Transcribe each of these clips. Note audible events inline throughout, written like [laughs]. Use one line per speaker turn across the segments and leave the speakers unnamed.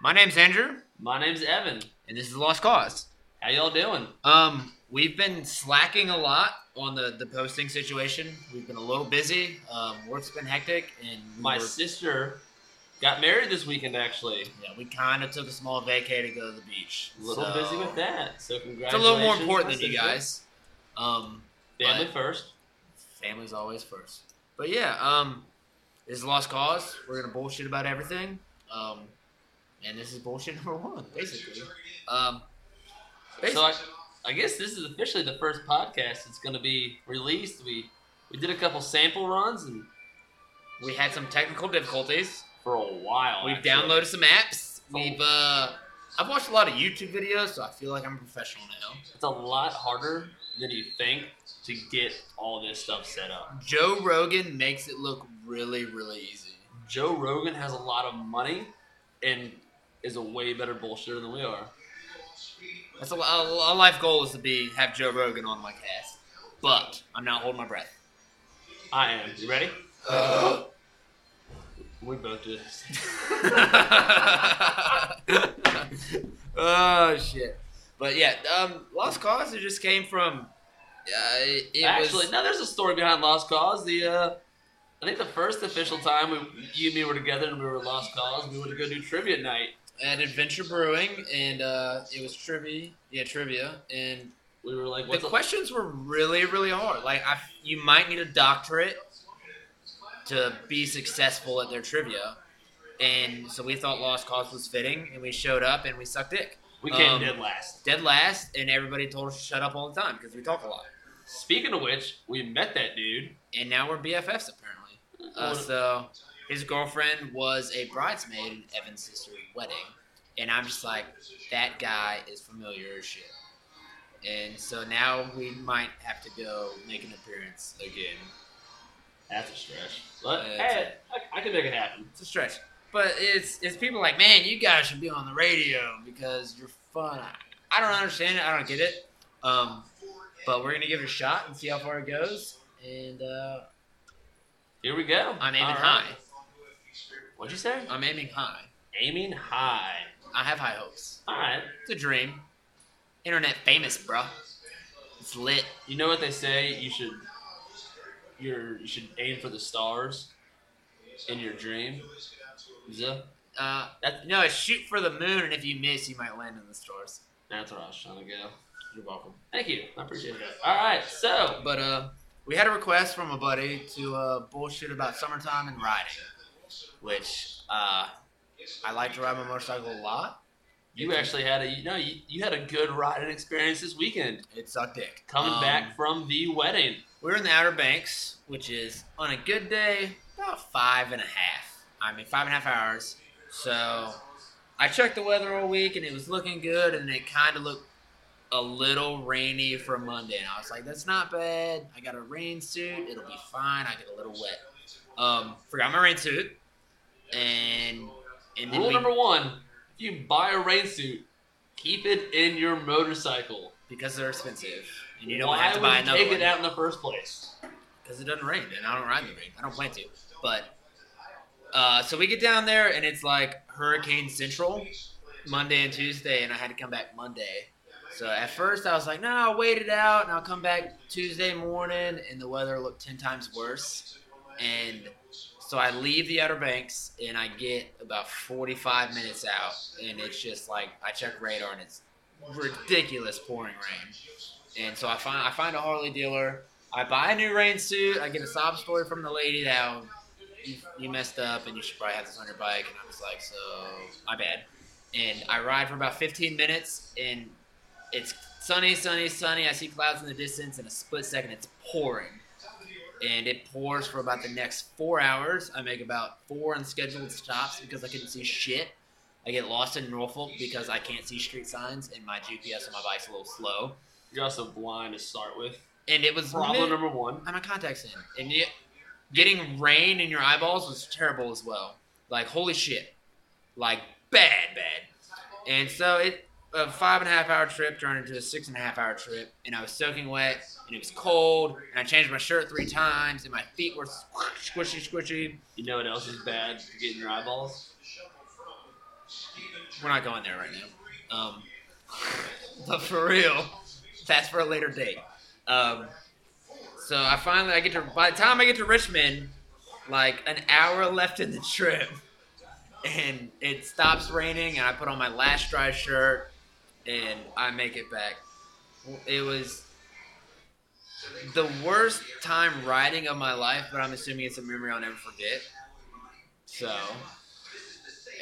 My name's Andrew,
My name's Evan.
and this is Lost Cause.
How y'all doing?
Um, we've been slacking a lot on the the posting situation. We've been a little busy. Um, work's been hectic, and we
My
were-
sister got married this weekend, actually.
yeah, we kind of took a small vacay to go to the beach.
A little
So,
busy with that. So congratulations.
It's a little more
my
important than you
sister.
guys. Um,
Family
but-
first.
family's always first. But yeah, um, this is Lost Cause. We're gonna bullshit about everything. Um, and this is bullshit [laughs] number one, basically. Um,
So I,
basically,
I guess this is officially the first podcast that's going to be released. We we did a couple sample runs and
we had some technical difficulties.
for a while.
We've
actually.
downloaded some apps.
Cool.
We've uh, I've watched a lot of YouTube videos, so I feel like I'm a professional now.
It's a lot harder than you think to get all this stuff set up.
Joe Rogan makes it look really, really easy.
Joe Rogan has a lot of money and is a way better bullshitter than we are.
That's a, a, a life goal is to be have Joe Rogan on my cast, but I'm not holding my breath. [laughs]
I am. You ready? We both do this.
oh shit! But yeah, um, Lost Cause it just came from. Uh, it, it
Actually,
was,
no, there's a story behind Lost Cause. The uh, I think the first official time we, you and me were together and we were Lost Cause, we went to go do trivia night.
at Adventure Brewing, and uh, it was trivia. Yeah, trivia, and
We were like,
the
what's up?
questions were really, really hard. Like, I, you might need a doctorate to be successful at their trivia, and so we thought Lost Cause was fitting, and we showed up and we sucked dick,
We came
um,
dead last.
dead last, and everybody told us to shut up all the time because we talk a lot,
Speaking of which, we met that dude.
and now we're BFFs apparently. Uh,
What-
so his girlfriend was a bridesmaid in Evan's sister's wedding, and I'm just like, that guy is familiar as shit. And so now we might have to go make an appearance again.
that's a stretch. But
Yeah, that's
hey, I, I can make it happen.
It's a stretch, but it's it's people like, man, you guys should be on the radio because you're fun. I don't understand it. I don't get it. Um, but we're gonna give it a shot and see how far it goes. And uh,
Here we go.
I'm aiming
All right.
high.
What'd you say?
I'm aiming high.
Aiming high.
I have high hopes.
All right.
It's a dream. Internet famous, bro. It's lit.
You know what they say? You should you're, you should aim for the stars in your dream. Is that-
Uh, that, no, it's shoot for the moon, and if you miss, you might land in the stars.
That's where I was trying to go.
You're welcome.
Thank you. I appreciate it. All right. So
But uh, we had a request from a buddy to uh, bullshit about summertime and riding, which uh, I like to ride my motorcycle a lot.
you actually had a you know you, you had a good riding experience this weekend
It sucked dick.
coming
Um,
back from the wedding.
We're in the Outer Banks, which is on a good day about five and a half. I mean, five and a half hours. So I checked the weather all week, and it was looking good, and it kind of looked a little rainy for Monday. And I was like, "That's not bad. I got a rain suit. It'll be fine. I get a little wet." Um, forgot my rain suit, and and then
Rule
we-
number one: If you buy a rain suit, keep it in your motorcycle.
because they're expensive, and you don't
Why
have to
would
buy
you
another
take
one
it out in the first place?
because it doesn't rain, and I don't ride in the rain. I don't plan to. But uh, so we get down there, and it's like Hurricane Central Monday and Tuesday, and I had to come back Monday. So at first I was like, no, I'll wait it out, and I'll come back Tuesday morning, and the weather looked ten times worse. And so I leave the Outer Banks, and I get about forty-five minutes out, and it's just like I check radar, and it's ridiculous pouring rain. And so I find I find a Harley dealer. I buy a new rain suit. I get a sob story from the lady that you, you messed up and you should probably have this on your bike. And I was like, so my bad. And I ride for about 15 minutes and it's sunny, sunny, sunny. I see clouds in the distance. In a split second, it's pouring. And it pours for about the next four hours. I make about four unscheduled stops because I couldn't see shit. I get lost in Norfolk because I can't see street signs and my GPS on my bike's a little slow.
You're also blind to start with.
And it was
Problem
mid-
number one.
I'm a contacts in, and yet getting rain in your eyeballs was terrible as well. Like holy shit, like bad, bad. And so it a five and a half hour trip turned into a six and a half hour trip, and I was soaking wet, and it was cold, and I changed my shirt three times, and my feet were squishy, squishy.
You know what else is bad to get in your eyeballs?
We're not going there right now. Um, [laughs] but for real, that's for a later date. Um, so I finally I get to by the time I get to Richmond, like an hour left in the trip, and it stops raining, and I put on my last dry shirt, and I make it back. It was the worst time riding of my life, but I'm assuming it's a memory I'll never forget. So,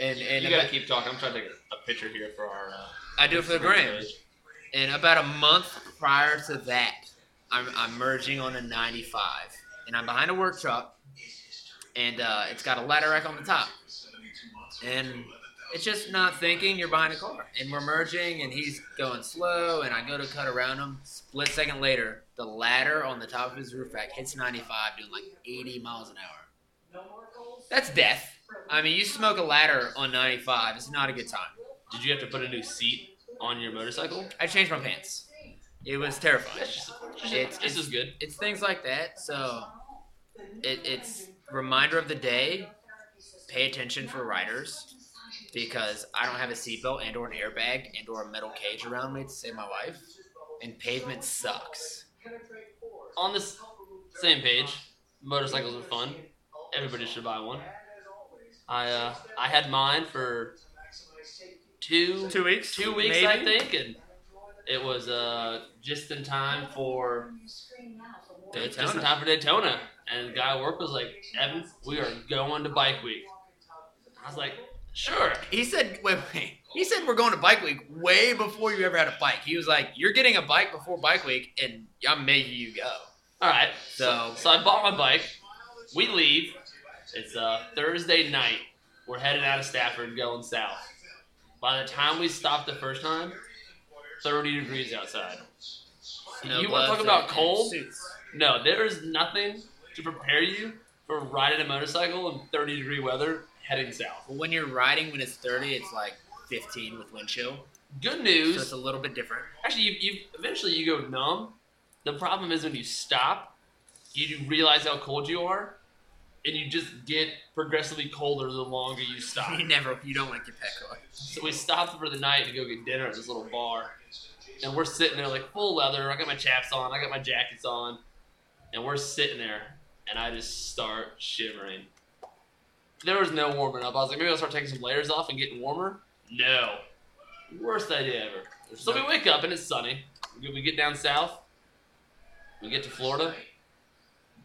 and and
you gotta keep talking. I'm trying to get a picture here for our. Uh,
I do it for the gram. And about a month prior to that, I'm, I'm merging on a 95, and I'm behind a work truck, and uh, it's got a ladder rack on the top, and it's just not thinking you're behind a car, and we're merging, and he's going slow, and I go to cut around him. Split second later, the ladder on the top of his roof rack hits 95, doing like 80 miles an hour. That's death. I mean, you smoke a ladder on 95, it's not a good time.
Did you have to put a new seat on your motorcycle?
I changed my pants. It was terrifying.
That's just, just,
It's-
this is good.
it's things like that. So it, it's reminder of the day. Pay attention for riders because I don't have a seatbelt and or an airbag and or a metal cage around me to save my life. And pavement sucks.
On this same page, motorcycles are fun. Everybody should buy one. I uh, I had mine for two
Two weeks.
two weeks, I think, and it was uh, just in time for just in
Daytona.
time for Daytona. And the guy at work was like, "Evan, we are going to Bike Week." I was like, "Sure."
He said, "Wait, wait." He said we're going to Bike Week way before you ever had a bike. He was like, "You're getting a bike before Bike Week, and I'm making you go."
All right.
So
So I bought my bike. We leave. It's uh, Thursday night. We're headed out of Stafford, going south. By the time we stopped the first time, 30 degrees outside.
no
you
gloves
want to talk about
and
cold?
suits.
No, there is nothing to prepare you for riding a motorcycle in 30 degree weather heading south.
When you're riding, when it's 30, it's like 15 with wind chill.
Good
So it's
news.
a little bit different.
Actually, you, you eventually you go numb. The problem is when you stop, you do realize how cold you are, and you just get progressively colder the longer you
[laughs]
stop.
You never, you don't want to get that cold.
So we stopped for the night to go get dinner at this little bar. And we're sitting there like full leather. I got my chaps on, I got my jackets on. And we're sitting there and I just start shivering. There was no warming up. I was like, maybe I'll start taking some layers off and getting warmer. No. Worst idea ever. So we wake up and it's sunny. We we get down south. We get to Florida.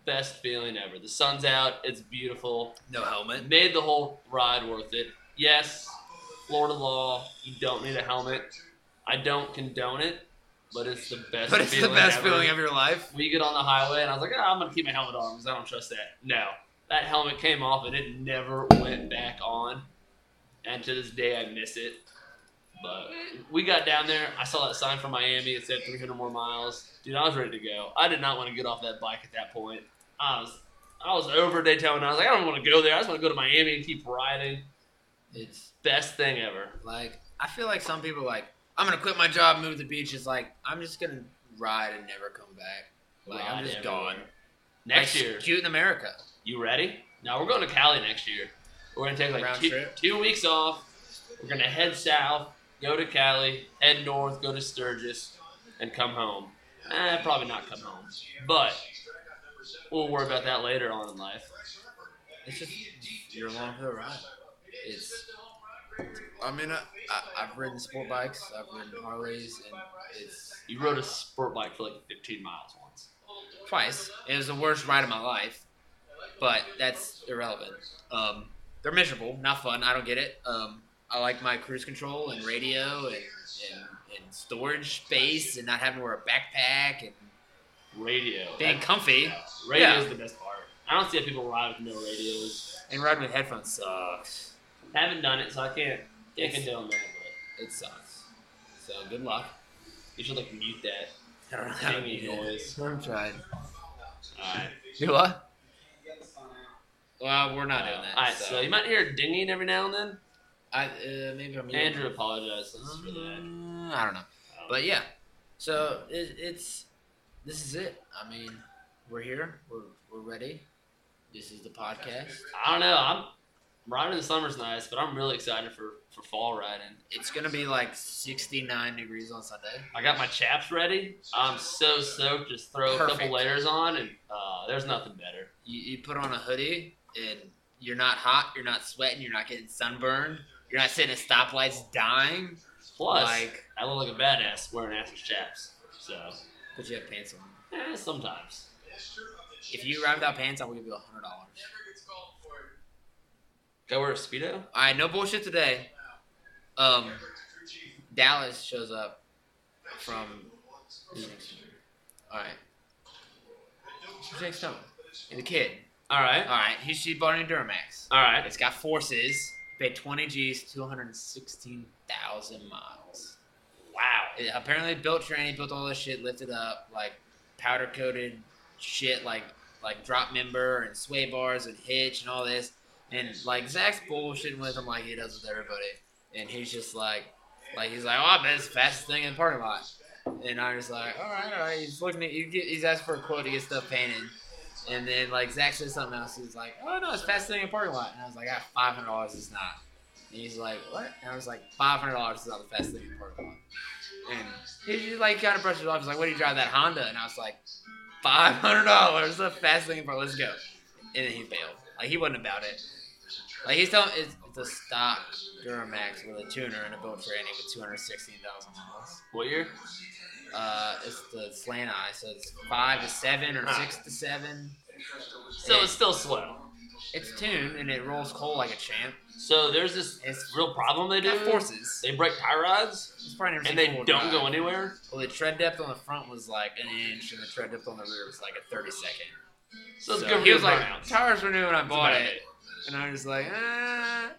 Best feeling ever. The sun's out. It's beautiful.
No helmet.
It made the whole ride worth it. Yes, Florida law, you don't need a helmet. I don't condone it, but it's the best.
But it's the
feeling
best
ever.
feeling of your life.
We get on the highway, and I was like, "Ah, I'm gonna keep my helmet on because I don't trust that. No, that helmet came off, and it never went back on. And to this day, I miss it. But we got down there. I saw that sign from Miami. It said 300 more miles. Dude, I was ready to go. I did not want to get off that bike at that point. I was, I was over Daytona. I was like, I don't want to go there. I just want to go to Miami and keep riding.
It's
Best thing ever.
like, I feel like some people are like, I'm going to quit my job, move to the beach. It's like, I'm just going to ride and never come back. Like, I'm
Ride
just
everywhere.
gone.
Next
Like,
year,
Cute in America.
you ready? No, we're going to Cali next year. We're gonna take like
Round
two,
trip?
two weeks off. We're gonna head south, go to Cali, head north, go to Sturgis, and come home. Eh, probably not come home, but we'll worry about that later on in life.
It's just, you're along for the ride. It's, I mean, I, I, I've ridden sport bikes, I've ridden Harleys, and it's
You rode a sport bike for like 15 miles once.
twice. It was the worst ride of my life, but that's irrelevant. Um, they're miserable, not fun. I don't get it. Um, I like my cruise control and radio and, and, and storage space and not having to wear a backpack and
Radio.
being comfy.
radio
yeah.
is the best part. I don't see how people ride with no radios.
And riding with headphones sucks.
Haven't done it, so I can't can't
It's-
condone that. But
It sucks. So good luck.
you should like mute that
I don't know how to
dingy
do it.
noise.
I'm trying.
All right.
Do what? Well, we're not doing that.
All right, so. you might hear a dinging every now and then.
I, uh, maybe I'm
Andrew apologizes for that.
Uh, I don't know. But yeah, so it, it's this is it. I mean, we're here. We're we're ready. This is the podcast.
I don't know. I'm Riding in the summer's nice, but I'm really excited for, for fall riding.
It's gonna be like 69 degrees on Sunday.
I got my chaps ready. I'm so soaked. Just throw a
Perfect.
couple layers on, and uh, there's nothing better.
You, you put on a hoodie and you're not hot, you're not sweating, you're not getting sunburned, you're not sitting at stoplights dying.
Plus,
like,
I look like a badass wearing Asper's chaps. So,
but you have pants on.
eh, sometimes.
If you ride without pants, I will give you a hundred dollars.
Go wear a speedo.
All right, no bullshit today. Um, Dallas shows up from. Who's next? All right. Who's next up? The kid.
All
All
right.
right, he she bought an Duramax.
All right.
It's got forces. Paid 20 G's, 216,000 miles.
Wow.
It apparently built tranny, built all this shit, lifted up, like powder coated shit, like like drop member and sway bars and hitch and all this. And like Zach's bullshitting with him like he does with everybody. And he's just like, like he's like, oh, I bet it's the fastest thing in the parking lot. And I was like, all right, all right. He's looking at you. Get, he's asking for a quote to get stuff painted. And then like Zach says something else. He's like, oh no, it's the fastest thing in the parking lot. And I was like, ah, five hundred dollars is not. And he's like, what? And I was like, five hundred dollars is not the fastest thing in the parking lot. And he's just like kind of brushed it off. He's like, what do you drive that Honda? And I was like, five hundred dollars, the fastest thing in the parking lot. Let's go. And then he bailed. Like he wasn't about it. Like he's telling it's, it's a stock Duramax with a tuner and a built tranny with two hundred sixteen thousand miles.
What year?
Uh, it's the slant eye, so it's five to seven or
Ah.
six to seven.
So it's still slow.
It's tuned and it rolls coal like a champ.
So there's this
It's
real problem they do.
got forces.
They break tie rods
It's probably never
and
seen
they
four-wheel
don't
drive.
go anywhere.
Well, the tread depth on the front was like an inch, and the tread depth on the rear was like a thirty second.
So it's
So
good for
he
your
was like,
burnouts.
tires were new when I bought
about
it, and I was like, ah.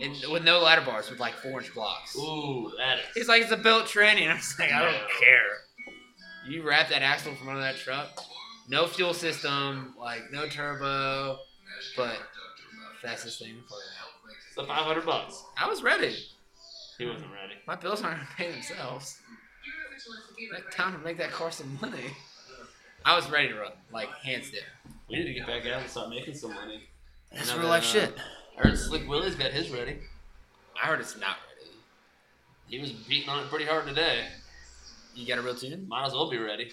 And with no ladder bars, with like four inch blocks.
Ooh, that is.
He's like, it's a built tranny, and I was like, I don't
No.
care. You wrap that axle from under that truck, no fuel system, like no turbo, but fastest thing for now.
So 500 bucks.
I was ready.
He wasn't ready.
My bills aren't gonna pay themselves. That time to make that car some money. I was ready to run, like hands down.
We need to get back out and start making some money.
That's
Now
real
that,
life
uh,
shit.
I heard Slick Willie's got his ready.
I heard it's not ready.
He was beating on it pretty hard today.
You got a real tune?
Might as well be ready.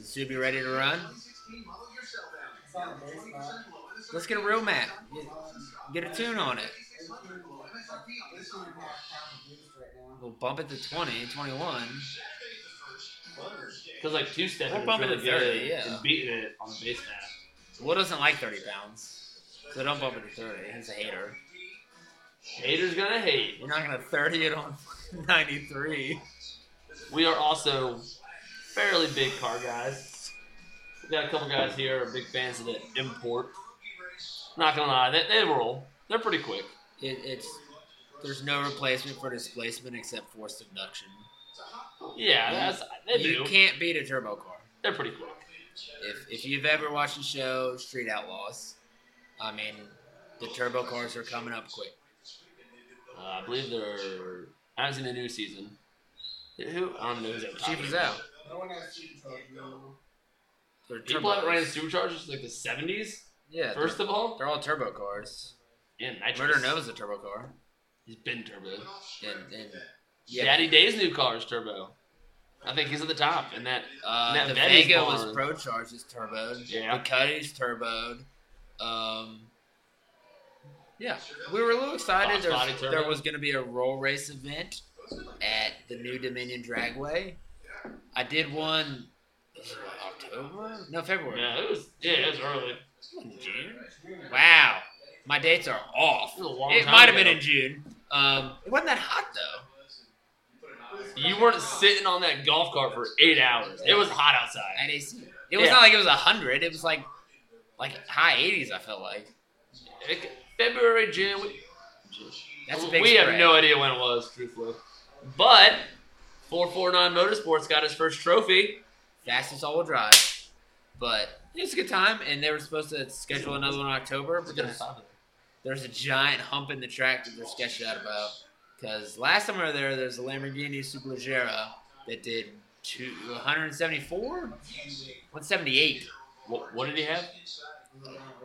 Is Zuby ready to run? Let's get a real map. Get, get a tune on it. We'll bump it to 20, 21.
Because like two step
We're
is
bumping
really
to 30,
good
yeah.
and beating it on the base map.
Will doesn't like 30 pounds, so don't bump it to 30. He's a hater.
Haters gonna hate.
You're not going to 30 it on [laughs] 93.
We are also fairly big car guys. We got a couple guys here who are big fans of the import. Not gonna lie, they, they roll. They're pretty quick.
It, it's There's no replacement for displacement except forced induction.
Yeah,
You-
that's they
you
do.
can't beat a turbo car.
They're pretty quick.
If, if you've ever watched the show Street Outlaws, I mean, the turbo cars are coming up quick.
Uh, I believe they're. I haven't seen the new season. Who? I don't know who's at the top.
Cheap as out.
No one has supercharged no.
They're
People that
turbo-
ran superchargers like the seventies.
yeah,
First of all,
they're all turbo cars.
yeah, nitrous.
Murder knows a turbo car.
He's been turbo.
And, and yeah,
Daddy Day's new car is turbo. I think he's at the top in that.
Uh,
That
the
Vetti's
Vega
born.
was pro charged, is turboed.
Yeah.
The Cuddy's turboed. Um, yeah, we were a little excited.
Boss
There
body
was,
turbo.
there was going to be a roll race event at the New Dominion Dragway. I did one. was it October? No, February.
Yeah, it was. Yeah, it was early. It
In June? Wow, my dates are off.
was a long
It
time
might have been
ago.
in June. Um, it wasn't that hot though.
You weren't sitting on that golf cart for eight hours. It was hot outside.
At AC, it was
Yeah.
not like it was hundred. It was like like high eighties. I felt like
It- February, June. We,
that's a big.
we have
spread.
no idea when it was, truthfully. But 449 Motorsports got his first trophy.
fastest all-wheel drive, but it was a good time. And they were supposed to schedule another one in October, but there's there's a giant hump in the track that they're sketched out about. Because last time we were there, there's a Lamborghini Superleggera that did two, 174, 178.
What, what did he have?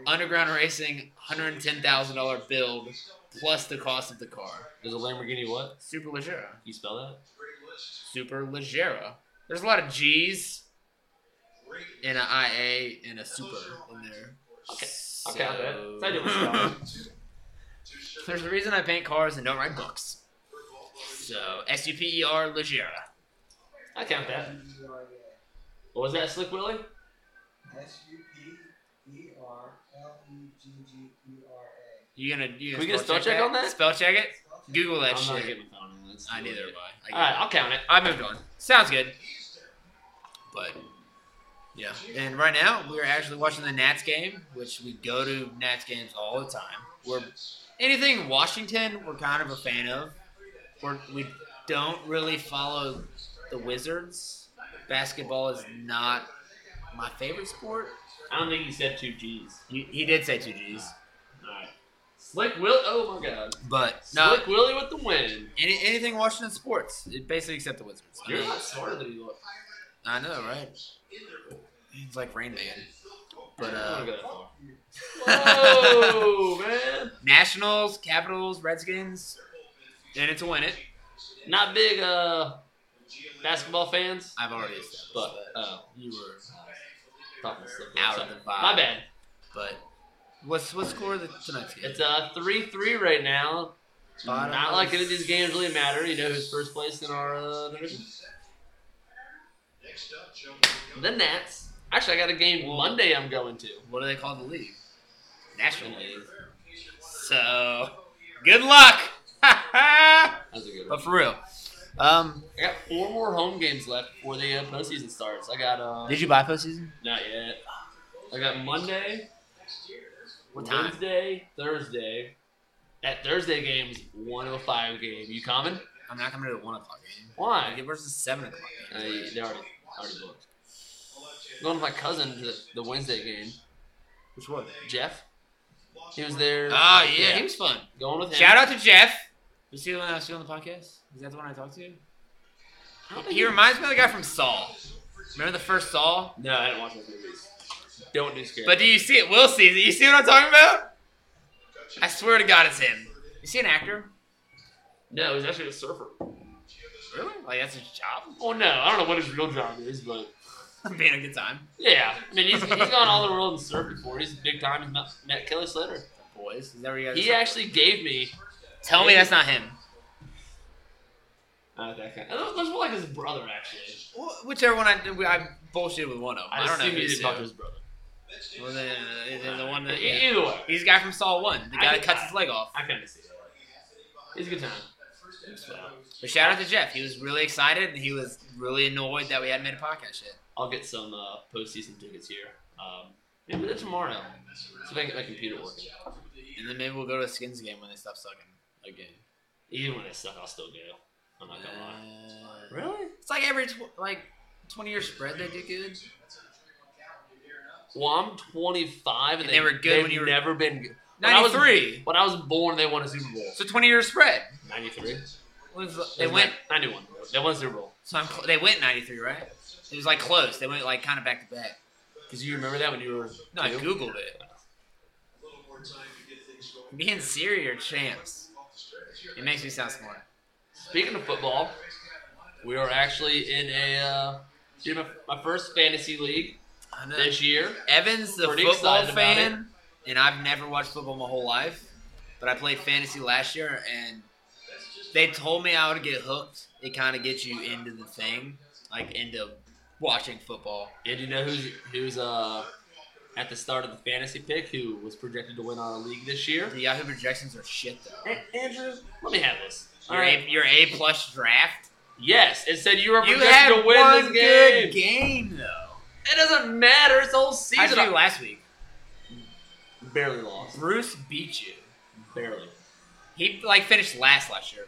Underground Racing, $110,000 build plus the cost of the car.
There's a Lamborghini what? Can
Super Legera.
you spell that?
Super Legera. There's a lot of G's and an IA and a super in there.
Okay,
So-
I'll count that. So I do my job.
[laughs] There's a reason I paint cars and don't write books. So S U P E R Legera.
I count that. What was that, Slick Willie?
S U P E R L E G G E R
You gonna you gonna
Can we get a spell check on that?
Spell check it.
A.
Google that
I'm not
shit.
getting my phone. in. Let's
I
do
neither
it.
am I. I,
All right, I'll count it.
I moved on. Sounds good. But yeah, and right now we're actually watching the Nats game, which we go to Nats games all the time. We're anything Washington, we're kind of a fan of. We're, we don't really follow the Wizards. Basketball is not my favorite sport.
I don't think he said two G's.
He, he did say two G's,
All right. Slick Will. Oh my God.
but no,
Slick Willie with the win.
any, anything Washington sports, it basically except the Wizards. I,
You're
mean,
not smarter than you look.
I know, right? It's like Rain Man, but
I
uh,
don't go that far. Oh Whoa, [laughs] man.
Nationals, Capitals, Redskins, and it's a win it.
Not big uh basketball fans,
I've already established
but
that.
uh, you were uh, talking Slick Willie.
out of
Sorry.
the vibe.
My bad.
But what's what score of the tonight's game?
It's uh three three right now.
Bottom
Not
of
like
the
any of these games really matter. You know who's first place in our uh, division? The Nats. Actually, I got a game Monday. I'm going to.
What do they call the league? National League. So good luck. [laughs] but
That's a good one.
for real, um,
I got four more home games left before the uh, postseason starts. I got uh
did you buy postseason?
not yet. I got Monday,
What time?
Wednesday, Thursday. That Thursday game's 105 game. You coming?
I'm not coming to the one o'clock game. I
Why?
get versus seven o'clock.
Uh, they already already booked. I'm going with my cousin to the, the Wednesday game.
Which one?
Jeff. He was there.
Oh yeah,
Yeah.
he was fun.
Going with him.
Shout out to Jeff. Was he the one I was on the podcast? Is that the one I talked to?
I don't think
He reminds me of the guy from Saw. Remember the first Saw?
No, I didn't watch those movies. Don't do scary.
But do you see it? Will sees it. You see what I'm talking about? I swear to God, it's him. You see an actor?
no, he's actually a surfer.
Really? Like that's his [laughs] job?
Well, no, I don't know what his real job is, but
Being a good time.
yeah, I mean, he's, he's gone all the world and surfed before. He's big time. He's met, met Kelly Slater.
Boys, is that where you guys?
He actually gave me.
tell me that's not him. Oh,
Uh, that kind. That was more like his brother, actually.
Whichever one I I bullshit with one of.
I,
I, don't know.
assume he
who's
didn't talk
who.
to his brother.
Well, then, uh, is it the one
E-
that yeah.
Either way,
[laughs] he's the guy from Saw One, the
I
guy that
did
cuts
not.
his leg off.
I kind of see that. It's a good time. So,
But shout out to Jeff. He was really excited and he was really annoyed that we hadn't made a podcast yet.
I'll get some uh, postseason tickets here. Um, maybe they're tomorrow. See if I can get my computer working.
And then maybe we'll go to a Skins game when they stop sucking again.
Even when they suck, I'll still go. I'm not gonna lie.
Uh,
Really?
It's like every tw- like twenty year spread they do good.
Well, I'm 25, and,
And they were good
they've
when you were-
never been good. When I
Ninety
was-
three.
When I was born, they won a Super Bowl.
So twenty year spread.
93.
Was, they went.
91. They won a Super Bowl.
So I'm, cl- they went ninety three, right? It was like close. They went like kind of back to back.
Because you remember that when you were.
No, I
two?
googled it. Me and Siri are champs. It makes me sound smart.
Speaking of football, we are actually in a. Uh, dude, my, my first fantasy league
I know.
this year.
Evan's the
Pretty
football
excited about
fan, and I've never watched football my whole life. But I played fantasy last year, and they told me I would get hooked. It kind of gets you into the thing, like into watching football.
And you know who's who's uh at the start of the fantasy pick who was projected to win our league this year?
The Yahoo projections are shit though.
A- Andrew, let me have this. All
Your
right.
A, your A plus draft.
Yes, it said you were
You
projected
had
to win
one
this game.
good game though.
It doesn't matter. It's the whole
I
season.
did you last week?
barely lost.
Bruce beat you. Um,
Barely.
He like finished last last year.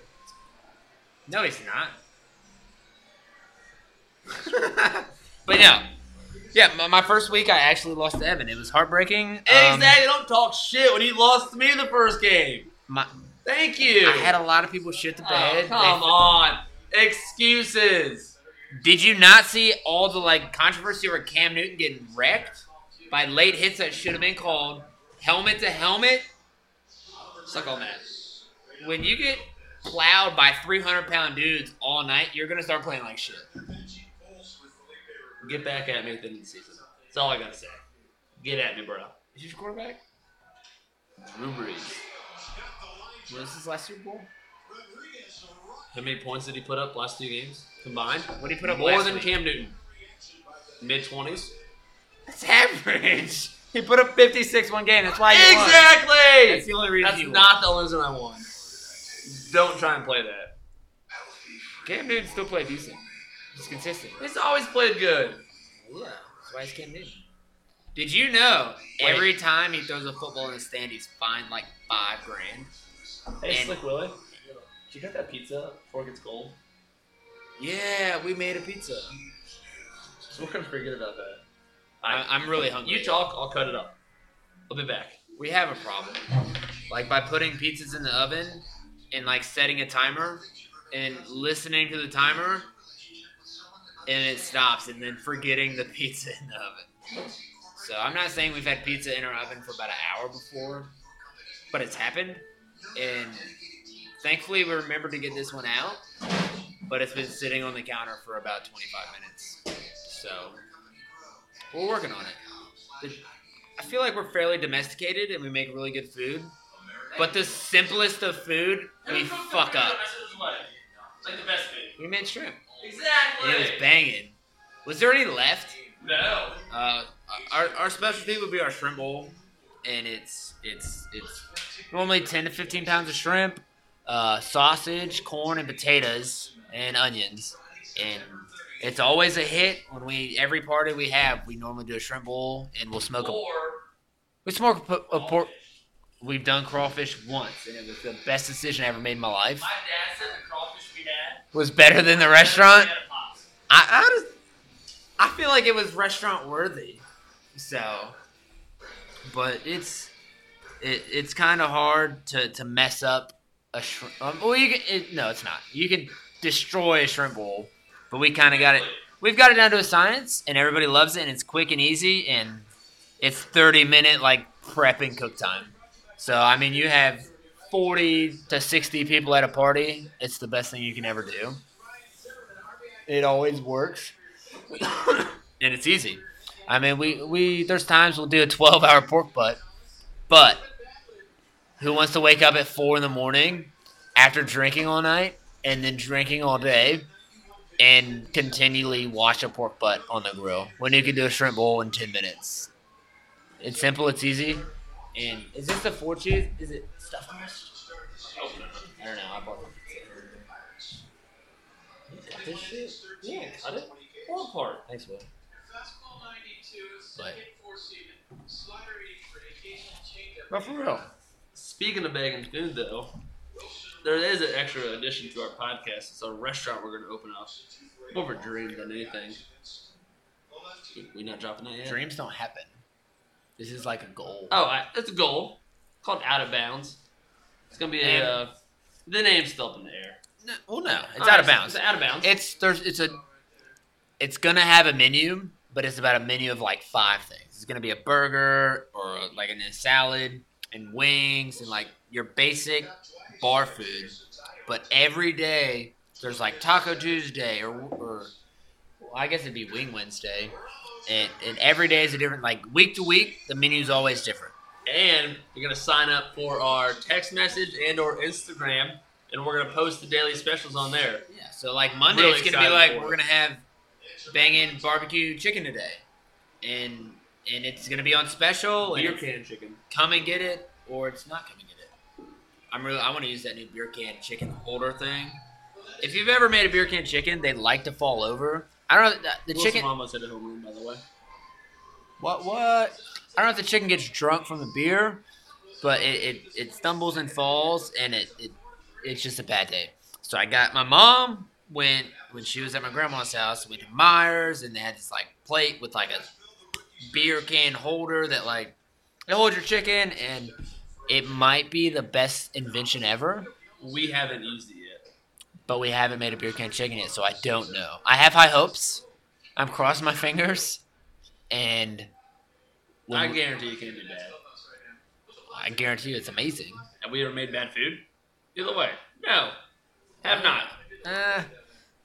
No, he's not. [laughs] but no, yeah, my, my first week I actually lost to Evan. It was heartbreaking. Um,
exactly. Don't talk shit when he lost to me in the first game.
my-
Thank you.
I had a lot of people shit the
Oh,
bed.
come
They-
on. Excuses.
Did you not see all the like controversy over Cam Newton getting wrecked? by late hits that should have been called, helmet to helmet. Suck on that. When you get plowed by 300 pound dudes all night, you're going to start playing like shit.
Get back at me at the end of the season. That's all I gotta say. Get at me, bro. Is your quarterback? Drew Brees.
Was this last Super Bowl?
How many points did he put up last two games combined?
What did he put up
More
last
than
week?
Cam Newton. Mid twenties.
That's average. [laughs] He put up 56 one game. That's why he won. That's
Exactly.
the only reason
That's
he won.
not the only reason I won. Don't try and play that.
Cam Newton still played decent. He's consistent.
He's always played good.
Yeah, that's why he's Cam Newton. Did you know
Wait.
every time he throws a football in the stand, he's fined like five grand?
Hey,
And-
Slick Willie. Did you cut that pizza before it gets cold?
Yeah, we made a pizza.
So we're pretty good about that.
I, I'm really hungry.
You talk, I'll cut it up. I'll be back.
We have a problem. Like by putting pizzas in the oven and like setting a timer and listening to the timer and it stops and then forgetting the pizza in the oven. So I'm not saying we've had pizza in our oven for about an hour before, but it's happened. And thankfully we remembered to get this one out, but it's been sitting on the counter for about 25 minutes. So we're working on it. I feel like we're fairly domesticated and we make really good food. But the simplest of food, we fuck up.
Like the best thing.
We made shrimp.
Exactly.
And it was banging. Was there any left?
No.
Uh, our, our specialty would be our shrimp bowl, and it's it's it's normally ten to fifteen pounds of shrimp, uh, sausage, corn, and potatoes, and onions, and it's always a hit when we every party we have. We normally do a shrimp bowl, and we'll smoke a we smoke a, a pork. We've done crawfish once, and it was the best decision I ever made in my life.
dad said the crawfish we had.
was better than the restaurant. I I, just, I feel like it was restaurant worthy. So, but it's it, it's kind of hard to, to mess up a shrimp. Um, well, you can it, no, it's not. You can destroy a shrimp bowl, but we kind of got it. We've got it down to a science, and everybody loves it, and it's quick and easy, and it's thirty minute like prep and cook time. So I mean, you have forty to sixty people at a party. It's the best thing you can ever do. It always works, [coughs] and it's easy. I mean, we we there's times we'll do a twelve hour pork butt, but who wants to wake up at four in the morning after drinking all night and then drinking all day? And continually wash a pork butt on the grill when you can do a shrimp bowl in ten minutes. It's simple, it's easy, and is this the four cheese? Is it stuffed crust? I don't know. I bought the pizza. Got this shit?
Yeah, cut it. Four part.
Thanks, Will. But- But for real,
Speaking of bagging food, though, there is an extra addition to our podcast. It's a restaurant we're going to open up. More of a dream than anything. We're not dropping that yet.
dreams don't happen. This is like a goal.
Oh, I, that's a goal. It's called Out of Bounds. It's going to be a. Uh, the name's still up in the air.
No, well, no, it's
All right,
out of
so
bounds.
It's out of bounds.
It's there's it's a it's gonna have a menu, but it's about a menu of like five things. It's gonna be a burger or like a salad and wings and like your basic bar food. But every day there's like Taco Tuesday or or well, I guess it'd be Wing Wednesday, and and every day is a different like week to week. The menu's always different.
and you're gonna sign up for our text message and or Instagram, and we're gonna post the daily specials on there.
Yeah. So like Monday,
Really
it's gonna be
excited
like
for
we're
it.
gonna have banging barbecue chicken today, and and it's gonna be on special. Oh, And
Beer
it's
can chicken.
come and get it, or it's not come and get it. I'm really I want to use that new beer can chicken holder thing. If you've ever made a beer can chicken, they like to fall over. I don't know the, the
Wilson
chicken.
Ramos had a home run, by the way.
What what? I don't know if the chicken gets drunk from the beer, but it, it, it stumbles and falls, and it, it it's just a bad day. So I got my mom went when she was at my grandma's house. Went to Myers, and they had this like plate with like a beer can holder that like it holds your chicken, and it might be the best invention ever.
We haven't used it yet.
But we haven't made a beer can chicken yet, so I don't know. I have high hopes. I'm crossing my fingers, and Well, I
I
guarantee you can't do bad. I guarantee you it's amazing.
Have we ever made bad food? Either way, no, have not.
Uh,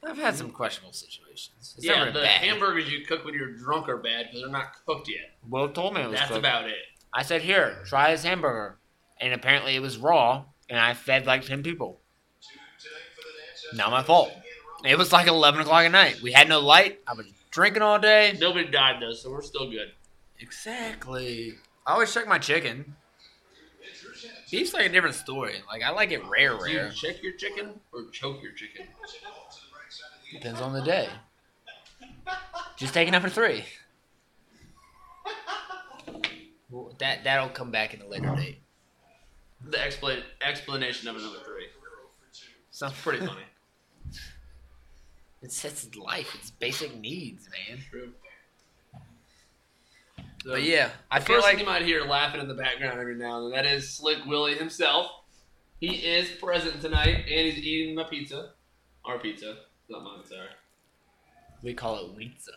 I've had some questionable situations. It's
yeah,
never
the
bad.
hamburgers you cook when you're drunk are bad because they're not cooked yet.
Will told me it was
That's
cooked.
about it.
I said, "Here, try this hamburger," and apparently it was raw, and I fed like ten people. Not my fault. It was like eleven o'clock at night. We had no light. I was drinking all day.
Nobody died though, so we're still good.
Exactly. I always check my chicken. Beef's like a different story. Like I like it rare,
Do you
rare.
check your chicken or choke your chicken?
Depends on the day. Just taking up for three. Well, that that'll come back in a later date.
The expla- explanation of another three.
Sounds
It's pretty
[laughs]
funny.
It's it's life. It's basic needs, man.
True. So,
But yeah, I
the
feel
first
like
thing you might hear laughing in the background every now and then, that is Slick Willie himself. He is present tonight, and he's eating my pizza. Our pizza. Not mine, sorry.
we call it Weeza.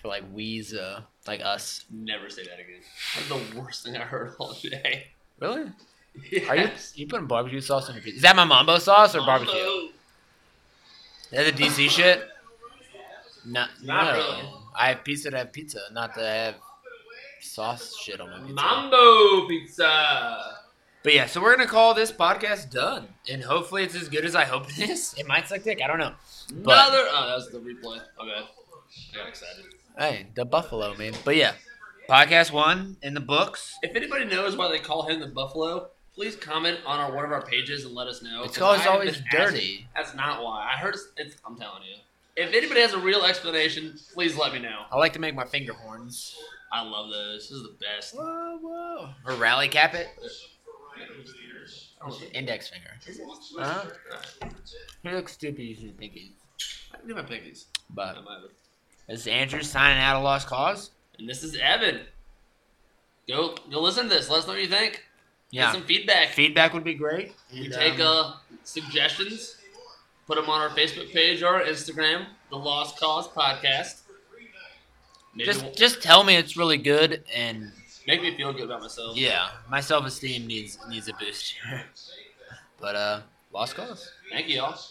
For like Weeza, like us.
Never say that again. That's the worst thing I heard all day.
Really? Are you
[laughs] Yes.
you putting barbecue sauce on your pizza? Is that my mambo sauce or barbecue?
Oh,
Is that the DC shit? No,
Not
no.
really.
I have pizza to have pizza, not to have sauce shit on my pizza.
Mambo pizza.
But yeah, so we're gonna call this podcast done, and hopefully it's as good as I hope it is. It might suck dick. I don't know.
Another. Oh, that was the replay. Okay. I got excited.
Hey, the Buffalo man. But yeah, podcast one in the books.
If anybody knows why they call him the Buffalo, please comment on our, one of our pages and let us know.
It's
'cause
always
I have
always
been
dirty.
asking- that's not why. I heard. It's, it's. I'm telling you. If anybody has a real explanation, please let me know.
I like to make my finger horns.
I love those. This is the best.
Whoa, whoa. Or rally cap it.
I don't know.
Index finger.
Huh?
Huh? He looks stupid using pinkies.
I can do my pinkies.
But
I'm Ivan.
this is Andrew signing out of Lost Cause.
And this is Evan. Go. Go listen to this. Let us know what you think.
Yeah.
Get some feedback.
Feedback would be great.
We
And,
take
um,
uh, suggestions, put them on our Facebook page or our Instagram, The Lost Cause Podcast. Maybe we'll-
just just tell me it's really good and
make me feel good about myself.
yeah, my self esteem needs needs a boost here. [laughs] but uh Lost Cause.
Thank you all.